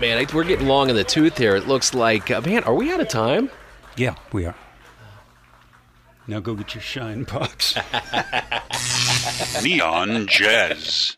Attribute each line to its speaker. Speaker 1: Man, I, we're getting long in the tooth here. It looks like, uh, man, are we out of time?
Speaker 2: Yeah, we are. Now go get your shine box.
Speaker 3: Neon Jazz.